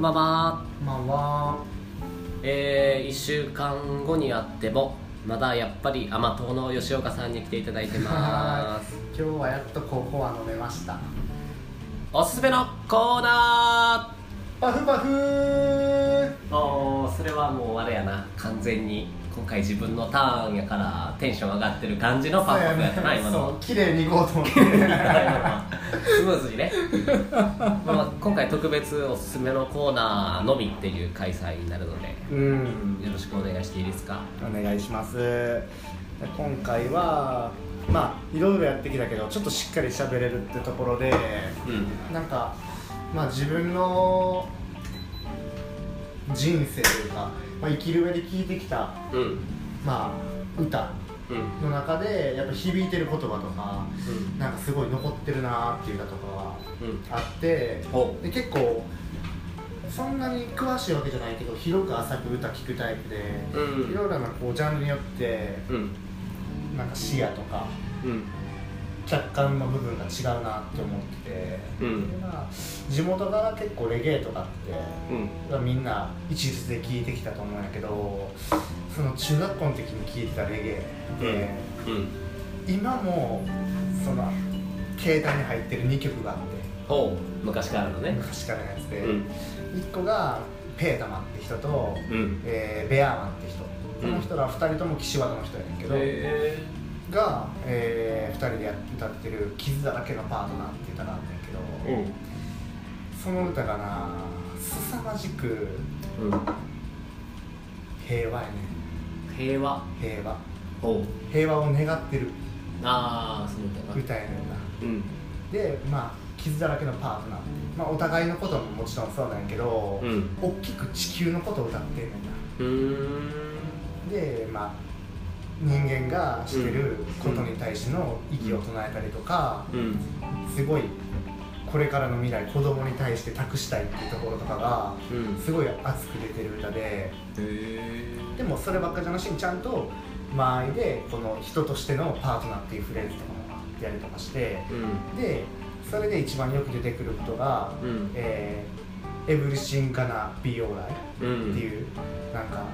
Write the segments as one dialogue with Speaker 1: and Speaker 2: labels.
Speaker 1: ばんは
Speaker 2: まあわ
Speaker 1: えー、1週間後にあってもまだやっぱり甘党の吉岡さんに来ていただいてま
Speaker 2: は
Speaker 1: す
Speaker 2: ーい今日はやっとココア飲めました
Speaker 1: おすすめのコーナ
Speaker 2: パフパフー
Speaker 1: ーおーそれはもうあれやな完全に今回自分のターンやからテンション上がってる感じのパフォーマンスやったな今
Speaker 2: そ
Speaker 1: の
Speaker 2: う綺麗にいこうと思って
Speaker 1: スムーズに ね、まあ、今回特別おすすめのコーナーのみっていう開催になるので
Speaker 3: うん
Speaker 1: よろしくお願いしていいですか
Speaker 3: お願いしますで今回はまあいろいろやってきたけどちょっとしっかり喋れるってところで
Speaker 1: うん
Speaker 2: なんかまあ自分の人生というか、まあ、生きる上で聞いてきた
Speaker 1: うん
Speaker 2: まあ歌
Speaker 1: うん
Speaker 2: の中でやっぱ響いてる言葉とか
Speaker 1: う
Speaker 2: なんかすごい残ってるなーっていう歌とかは
Speaker 1: んうん
Speaker 2: あって
Speaker 1: ほ
Speaker 2: で結構そんなに詳しいわけじゃないけど広く浅く歌聴くタイプで、
Speaker 1: うん
Speaker 2: いろいろなこうジャンルによって
Speaker 1: うん
Speaker 2: なんか視野とか
Speaker 1: うん
Speaker 2: 客観の部分が違うなって思ってて、
Speaker 1: うん
Speaker 2: でまあ、地元が結構レゲエとかって、
Speaker 1: うん
Speaker 2: みんな一律で聴いてきたと思うんやけどその中学校の時に聴いてたレゲエって、
Speaker 1: うん
Speaker 2: 今もその携帯に入ってる2曲があって
Speaker 1: ほう昔からのね
Speaker 2: 昔からのやつで、
Speaker 1: うん
Speaker 2: 1個がペータマンって人と、
Speaker 1: うん
Speaker 2: えーベアーマンって人こ
Speaker 1: うん
Speaker 2: の人ら2人とも岸和田の人やねんけど、
Speaker 1: へ
Speaker 2: が、え2人でやって歌ってる「傷だらけのパートナー」っていう歌があんねんけど、
Speaker 1: え
Speaker 2: その歌がな凄まじく
Speaker 1: うん
Speaker 2: 平和やね
Speaker 1: 平和
Speaker 2: ん平和
Speaker 1: ほう
Speaker 2: 平和を願ってる
Speaker 1: ああそうだな
Speaker 2: 歌やねんな
Speaker 1: うん
Speaker 2: でまあ傷だらけのパートナー、まあ、お互いのことももちろんそうなんやけど、
Speaker 1: うん
Speaker 2: 大きく地球のことを歌ってんねんな
Speaker 1: うーん
Speaker 2: でまあ人間がしてることに対しての意義を唱えたりとか、
Speaker 1: うん
Speaker 2: すごいこれからの未来子供に対して託したいっていうところとかが
Speaker 1: うん
Speaker 2: すごい熱く出てる歌で
Speaker 1: へえ
Speaker 2: でもそればっかじゃなしにちゃんと間合いでこの人としてのパートナーっていうフレーズとかもあったりとかして
Speaker 1: うん
Speaker 2: でそれで一番よく出てくることが「
Speaker 1: うん
Speaker 2: えー、Everything Gonna Be Alright」
Speaker 1: うん
Speaker 2: っていう、なんか、ま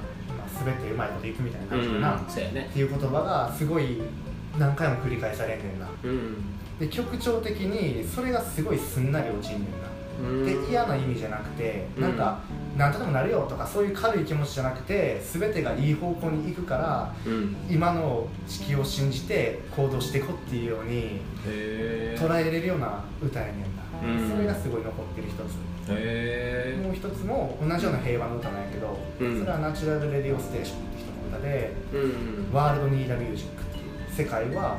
Speaker 2: あ、全てうまいこといくみたいな
Speaker 1: う
Speaker 2: 感じか
Speaker 1: ん
Speaker 2: な、
Speaker 1: そうやね
Speaker 2: っていう言葉がすごい何回も繰り返されんねんな
Speaker 1: うん
Speaker 2: で曲調的にそれがすごいすんなり落ちんねん
Speaker 1: うん
Speaker 2: なで嫌な意味じゃなくて
Speaker 1: うん
Speaker 2: なんか何とでもなるよとかそういう軽い気持ちじゃなくて全てがいい方向に行くから
Speaker 1: うん
Speaker 2: 今の地球を信じて行動していこうっていうように
Speaker 1: へえ
Speaker 2: 捉えれるような歌やねんな、
Speaker 1: うん
Speaker 2: それがすごい残ってる一つ
Speaker 1: へ
Speaker 2: もう一つも同じような平和の歌なんやけど、
Speaker 1: うん
Speaker 2: それはナチュラル・レディオ・ステーションって人の歌で
Speaker 1: えうん
Speaker 2: 「ワールド・ニーダ・ミュージック」っていう世界は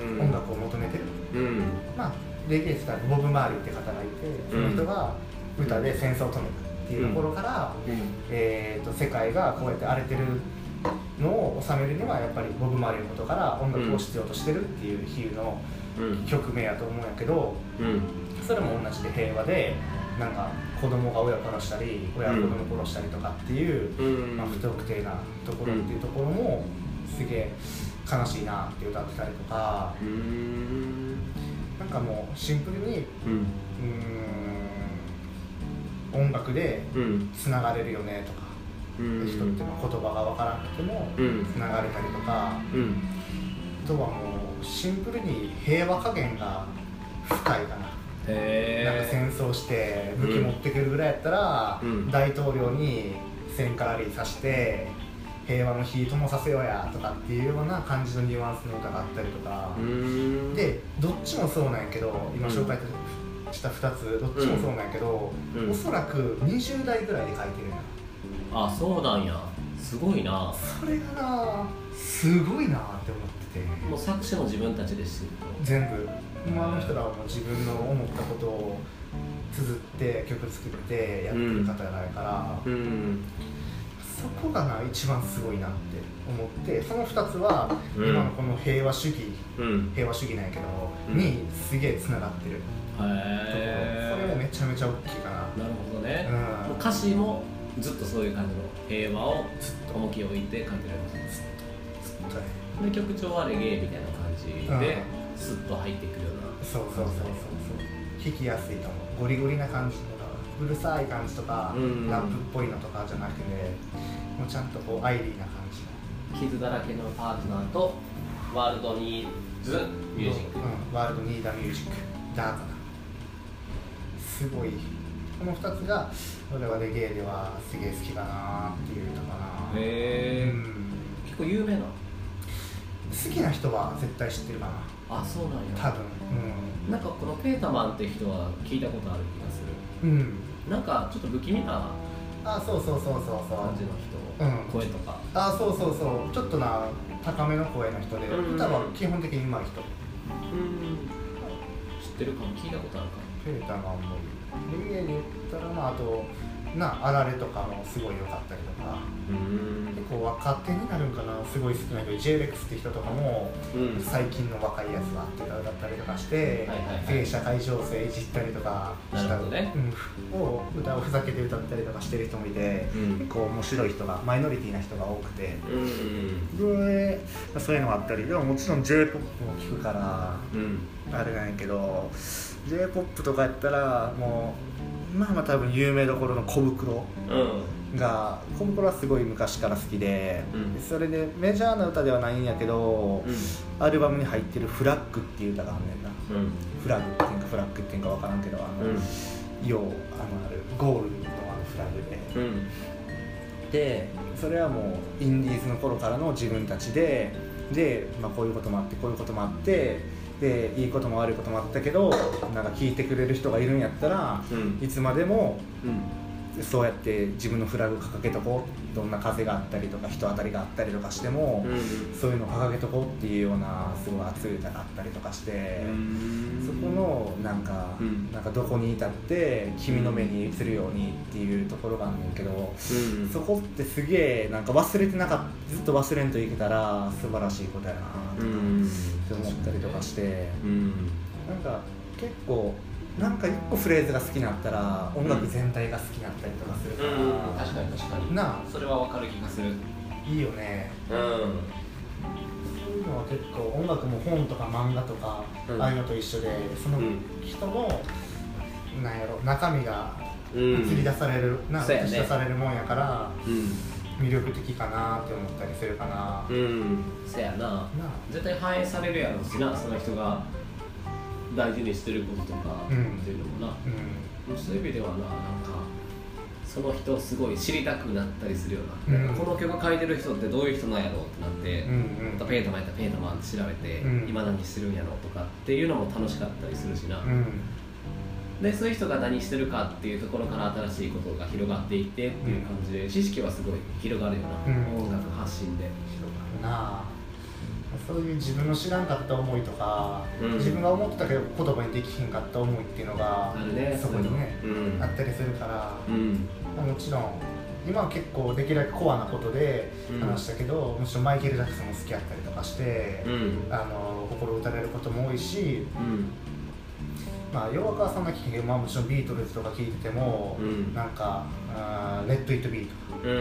Speaker 1: うん
Speaker 2: 音楽を求めてる、
Speaker 1: うん
Speaker 2: まあレゲエスターボブ・マーリーって方がいてその人が歌で戦争を止めたっていうところから、
Speaker 1: うん
Speaker 2: えー、と世界がこうやって荒れてるのを収めるにはやっぱりボブ・マーリーのことから音楽を必要としてるっていう比喩の
Speaker 1: うん
Speaker 2: 曲名やと思うんやけど
Speaker 1: うん
Speaker 2: それも同じで平和でなんか子供が親殺したり親が子供殺したりとかっていう、
Speaker 1: うん
Speaker 2: まあ、不特定なところっていうところもすげえ悲しいなって歌ってたりとか
Speaker 1: うん
Speaker 2: なんかもうシンプルに
Speaker 1: うん
Speaker 2: うーん音楽で
Speaker 1: うん
Speaker 2: つながれるよねとか、
Speaker 1: うん
Speaker 2: 人ってまあ言葉が分からなくても
Speaker 1: うん
Speaker 2: つながれたりとか、
Speaker 1: うん
Speaker 2: あとはもうシンプルに平和加減が深いかな。なんか
Speaker 1: へえ
Speaker 2: 戦争して武器持ってくるぐらいやったら、
Speaker 1: うん
Speaker 2: 大統領に戦火ラリーさして平和の日ともさせようやとかっていうような感じのニュアンスの歌があったりとか、
Speaker 1: うん
Speaker 2: でどっちもそうなんやけど今
Speaker 1: うん
Speaker 2: 紹介した2つどっちもそうなんやけど、
Speaker 1: うん
Speaker 2: おそらく20代ぐらいで書いてるな
Speaker 1: あそうなんやすごいな
Speaker 2: それがなすごいなって思ってて
Speaker 1: もう作詞も自分たちでしてる
Speaker 2: 全部もうあの人らはもう自分の思ったことを綴って曲作ってやってる方やないから、
Speaker 1: とうん
Speaker 2: そこがな一番すごいなって思ってその2つは、
Speaker 1: うん
Speaker 2: 今のこの平和主義
Speaker 1: うん
Speaker 2: 平和主義なんやけど、
Speaker 1: うん
Speaker 2: にすげえつながってるとこ
Speaker 1: へ
Speaker 2: ろ、それも
Speaker 1: え
Speaker 2: めちゃめちゃ大きいかな
Speaker 1: なるほどね
Speaker 2: うん
Speaker 1: もう歌詞もずっとそういう感じの平和をずっと重きを置いて書いてるんです
Speaker 2: 本当に
Speaker 1: で曲調はレゲエみたいな感じでスッと入ってくるような
Speaker 2: そうそうそうそうそう弾きやすいと思うゴリゴリな感じのがうるさい感じとか、
Speaker 1: うん
Speaker 2: ラップっぽいのとかじゃなくてもうちゃんとこうアイリーな感じの
Speaker 1: 傷だらけのパートナーとワールドにズミュージック
Speaker 2: うん、ワールドニーダミュージックダーかなすごいこの2つが俺はレゲエではすげえ好きだなっていうのかなう
Speaker 1: へ
Speaker 2: ん
Speaker 1: 結構有名な
Speaker 2: 好きな人は絶対知ってるかな
Speaker 1: あそうなん
Speaker 2: 多
Speaker 1: や
Speaker 2: 分
Speaker 1: なんかこのペータマンって人は聞いたことある気がす
Speaker 2: うん、うん、
Speaker 1: るなんかちょっと不気味な
Speaker 2: あそうそうそうそうそう
Speaker 1: 感じの人、
Speaker 2: うん
Speaker 1: 声とか
Speaker 2: あそうそうそうちょっとな高めの声の人で
Speaker 1: うん
Speaker 2: 歌は基本的に上手い人
Speaker 1: 知ってるかも聞いたことあるかも
Speaker 2: ペーターが思うレゲエで言ったらまああとなあられとかもすごい良かったりとか結構若手になるんかなすごい好きな人 JREX って人とかも
Speaker 1: うん
Speaker 2: 最近の若いやつはって歌だったりとかして
Speaker 1: はいはいはい
Speaker 2: すげえ社会情勢いじったりとかし
Speaker 1: な
Speaker 2: た
Speaker 1: るほどね
Speaker 2: うん、を歌をふざけて歌ったりとかしてる人もいて
Speaker 1: うん
Speaker 2: 結構面白い人がマイノリティな人が多くて
Speaker 1: うん
Speaker 2: でまあそういうのもあったりでももちろん j p o p も聞くから
Speaker 1: うん
Speaker 2: あれなんやけど j p o p とかやったらもうまあまあ多分有名どころの小袋
Speaker 1: うん
Speaker 2: が小袋はすごい昔から好きで、
Speaker 1: うん
Speaker 2: それでメジャーな歌ではないんやけど、
Speaker 1: う
Speaker 2: アルバムに入ってる「フラッグ」っていう歌があんねんなんフラッグっていうかフラッグっていうか分からんけどあの、
Speaker 1: うん
Speaker 2: ようあのあるゴールドのあのフラッグで、
Speaker 1: うん
Speaker 2: でそれはもうインディーズの頃からの自分たちでで、まあ、こういうこともあってこういうこともあってでいいことも悪いこともあったけどなんか聞いてくれる人がいるんやったら
Speaker 1: うん
Speaker 2: いつまでも
Speaker 1: うん
Speaker 2: そうやって自分のフラグ掲げとこうどんな風があったりとか人当たりがあったりとかしても、そういうのを掲げとこうっていうようなすごい熱い歌があったりとかして。そこのなんか、
Speaker 1: うん
Speaker 2: なんかどこに至って君の目に映るようにっていうところがあんねんけど、
Speaker 1: うん
Speaker 2: そこってすげえなんか忘れてなかったずっと忘れんといけたら素晴らしいことやな
Speaker 1: う
Speaker 2: っ
Speaker 1: ん
Speaker 2: て思ったりとかして
Speaker 1: うん
Speaker 2: なんか結構なんか一個フレーズが好きになったら音楽全体が好きになったりとかするから、
Speaker 1: 確かに確かに
Speaker 2: な
Speaker 1: それはわかる気がするうん
Speaker 2: あいいよねそういうのは結構音楽も本とか漫画とか、
Speaker 1: うん
Speaker 2: ああいうのと一緒でその
Speaker 1: うん
Speaker 2: 人の、なんやろ中身が
Speaker 1: う
Speaker 2: 映り出される、な
Speaker 1: そうや
Speaker 2: 映
Speaker 1: ね
Speaker 2: し出されるもんやから
Speaker 1: うん
Speaker 2: 魅力的かなって思ったりするかな、
Speaker 1: うんせやな
Speaker 2: なあ
Speaker 1: 絶対反映されるやろうしなその人が大事にしてることとか
Speaker 2: うん
Speaker 1: っていうのもな、
Speaker 2: うん
Speaker 1: そういう意味ではななんかその人をすごい知りたくなったりするような,、
Speaker 2: うん
Speaker 1: この曲書いてる人ってどういう人なんやろうってなって、
Speaker 2: うん
Speaker 1: またペータマンやったらペータマンって調べて、
Speaker 2: うん
Speaker 1: 今何してるんやろうとかっていうのも楽しかったりするしな、
Speaker 2: うんうん
Speaker 1: でそういう人が何してるかっていうところから新しいことが広がっていってっていう感じで、知識はすごい広がるよな、
Speaker 2: うん
Speaker 1: 音楽発信で
Speaker 2: 広がるなあそういう自分の知らんかった思いとか、
Speaker 1: うん
Speaker 2: 自分が思ってたけど言葉にできひんかった思いっていうのが
Speaker 1: あるね
Speaker 2: そこにね
Speaker 1: そういうの
Speaker 2: あったりするから、
Speaker 1: うん、うん
Speaker 2: まあもちろん今は結構できるだけコアなことで
Speaker 1: うん
Speaker 2: 話したけど、むしろマイケル・ジャクソンも好きやったりとかして、
Speaker 1: うん
Speaker 2: あの心打たれることも多いし、
Speaker 1: うん
Speaker 2: まあ、洋楽はそんな聞けど、まあ、もちろんビートルズとか聞いてても、
Speaker 1: うん
Speaker 2: なんか「レッド・イット・ビート」
Speaker 1: う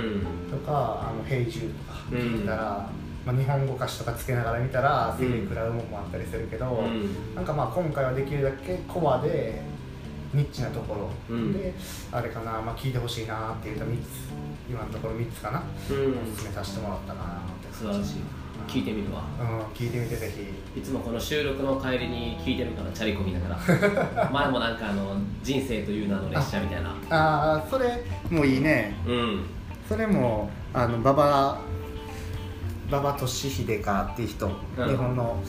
Speaker 1: ん
Speaker 2: とか「あのヘイ・ジュー」とか聞いたら、まあ、日本語歌詞とかつけながら見たらすげえ食らうもんもあったりするけど、
Speaker 1: うん
Speaker 2: なんかまあ今回はできるだけコアでニッチなところ、
Speaker 1: うん
Speaker 2: であれかな、まあ、聞いてほしいなっていうと3つ今のところ3つか
Speaker 1: う
Speaker 2: な、
Speaker 1: ん
Speaker 2: おすすめさせてもらったかなって
Speaker 1: 素晴らしい聞いてみるわ
Speaker 2: うん聞いてみてぜひ
Speaker 1: いつもこの収録の帰りに聞いてるからチャリこぎながら前もなんかあの人生という名の列車みたいな
Speaker 2: ああそれもいいね
Speaker 1: うん
Speaker 2: それもあの馬場馬場俊秀かっていう人、日本の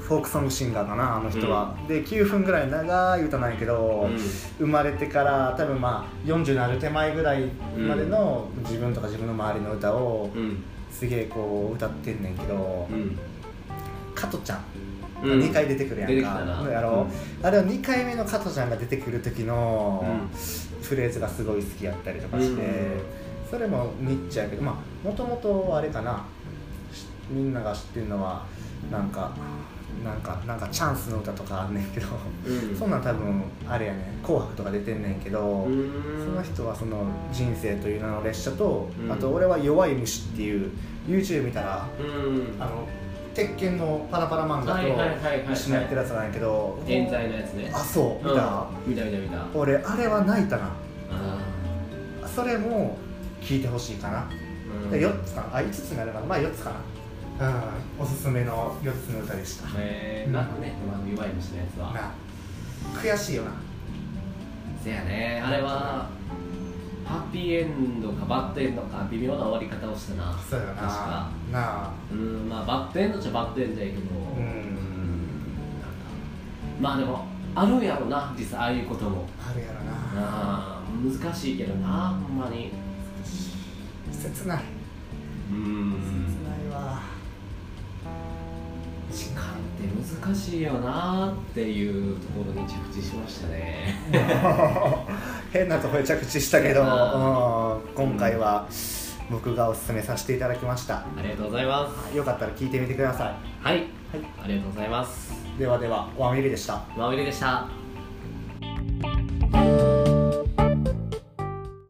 Speaker 2: フォークソングシンガーかなあの人は、で9分ぐらい長い歌なんやけど、
Speaker 1: うん
Speaker 2: 生まれてから多分まあ40のある手前ぐらいまでの自分とか自分の周りの歌を
Speaker 1: うん
Speaker 2: すげえこう歌ってんねんけど、
Speaker 1: うん
Speaker 2: 加トちゃん
Speaker 1: うん
Speaker 2: 2回出てくるやんか、
Speaker 1: 出てきたな
Speaker 2: やろあれは2回目の加トちゃんが出てくる時の
Speaker 1: うん
Speaker 2: フレーズがすごい好きやったりとかして、
Speaker 1: うん
Speaker 2: それもニッチやけどまあもともとあれかなしみんなが知ってるのはなんかなんかなんかチャンスの歌とかあんねんけど、
Speaker 1: うん
Speaker 2: そんなん多分あれやね「紅白」とか出てんねんけど、
Speaker 1: う
Speaker 2: そ
Speaker 1: ん
Speaker 2: の人はその人生という名の列車と、
Speaker 1: うん
Speaker 2: あと俺は弱い虫っていう YouTube 見たら
Speaker 1: うん
Speaker 2: あの鉄拳のパラパラ漫画
Speaker 1: はいはいはいはい
Speaker 2: と一緒にやってるやつなんやけど
Speaker 1: 現在のやつね
Speaker 2: あそう見た、
Speaker 1: うん見た見た見た
Speaker 2: 俺あれは泣いたな
Speaker 1: あ
Speaker 2: それも聞いてほしいかな、
Speaker 1: うん
Speaker 2: で4つかなあ5つになるかなまあ4つかなうんおすすめの4つの歌でした
Speaker 1: えー、なんかね馬の弱い虫のやつは
Speaker 2: な悔しいよな
Speaker 1: せやねあれはハッピーエンドかバッドエンドか微妙な終わり方をしたな
Speaker 2: そうやな
Speaker 1: 確か
Speaker 2: なあ
Speaker 1: うんまあバッドエンドっちゃバッドエンドやけど
Speaker 2: うん
Speaker 1: なんかまあでもあるんやろな実際ああいうことも
Speaker 2: あるやろな
Speaker 1: あー難しいけどなほんまに
Speaker 2: 切ない
Speaker 1: うん
Speaker 2: 切ないわ
Speaker 1: 時間って難しいよなっていうところに着地しましたね
Speaker 2: 変なとこで着地したけど、うん
Speaker 1: あ、
Speaker 2: 今回は僕がおすすめさせていただきました
Speaker 1: ありがとうございます
Speaker 2: よかったら聞いてみてくださ
Speaker 1: はい、ありがとうございます
Speaker 2: いではではワンウィリでした
Speaker 1: まおりでした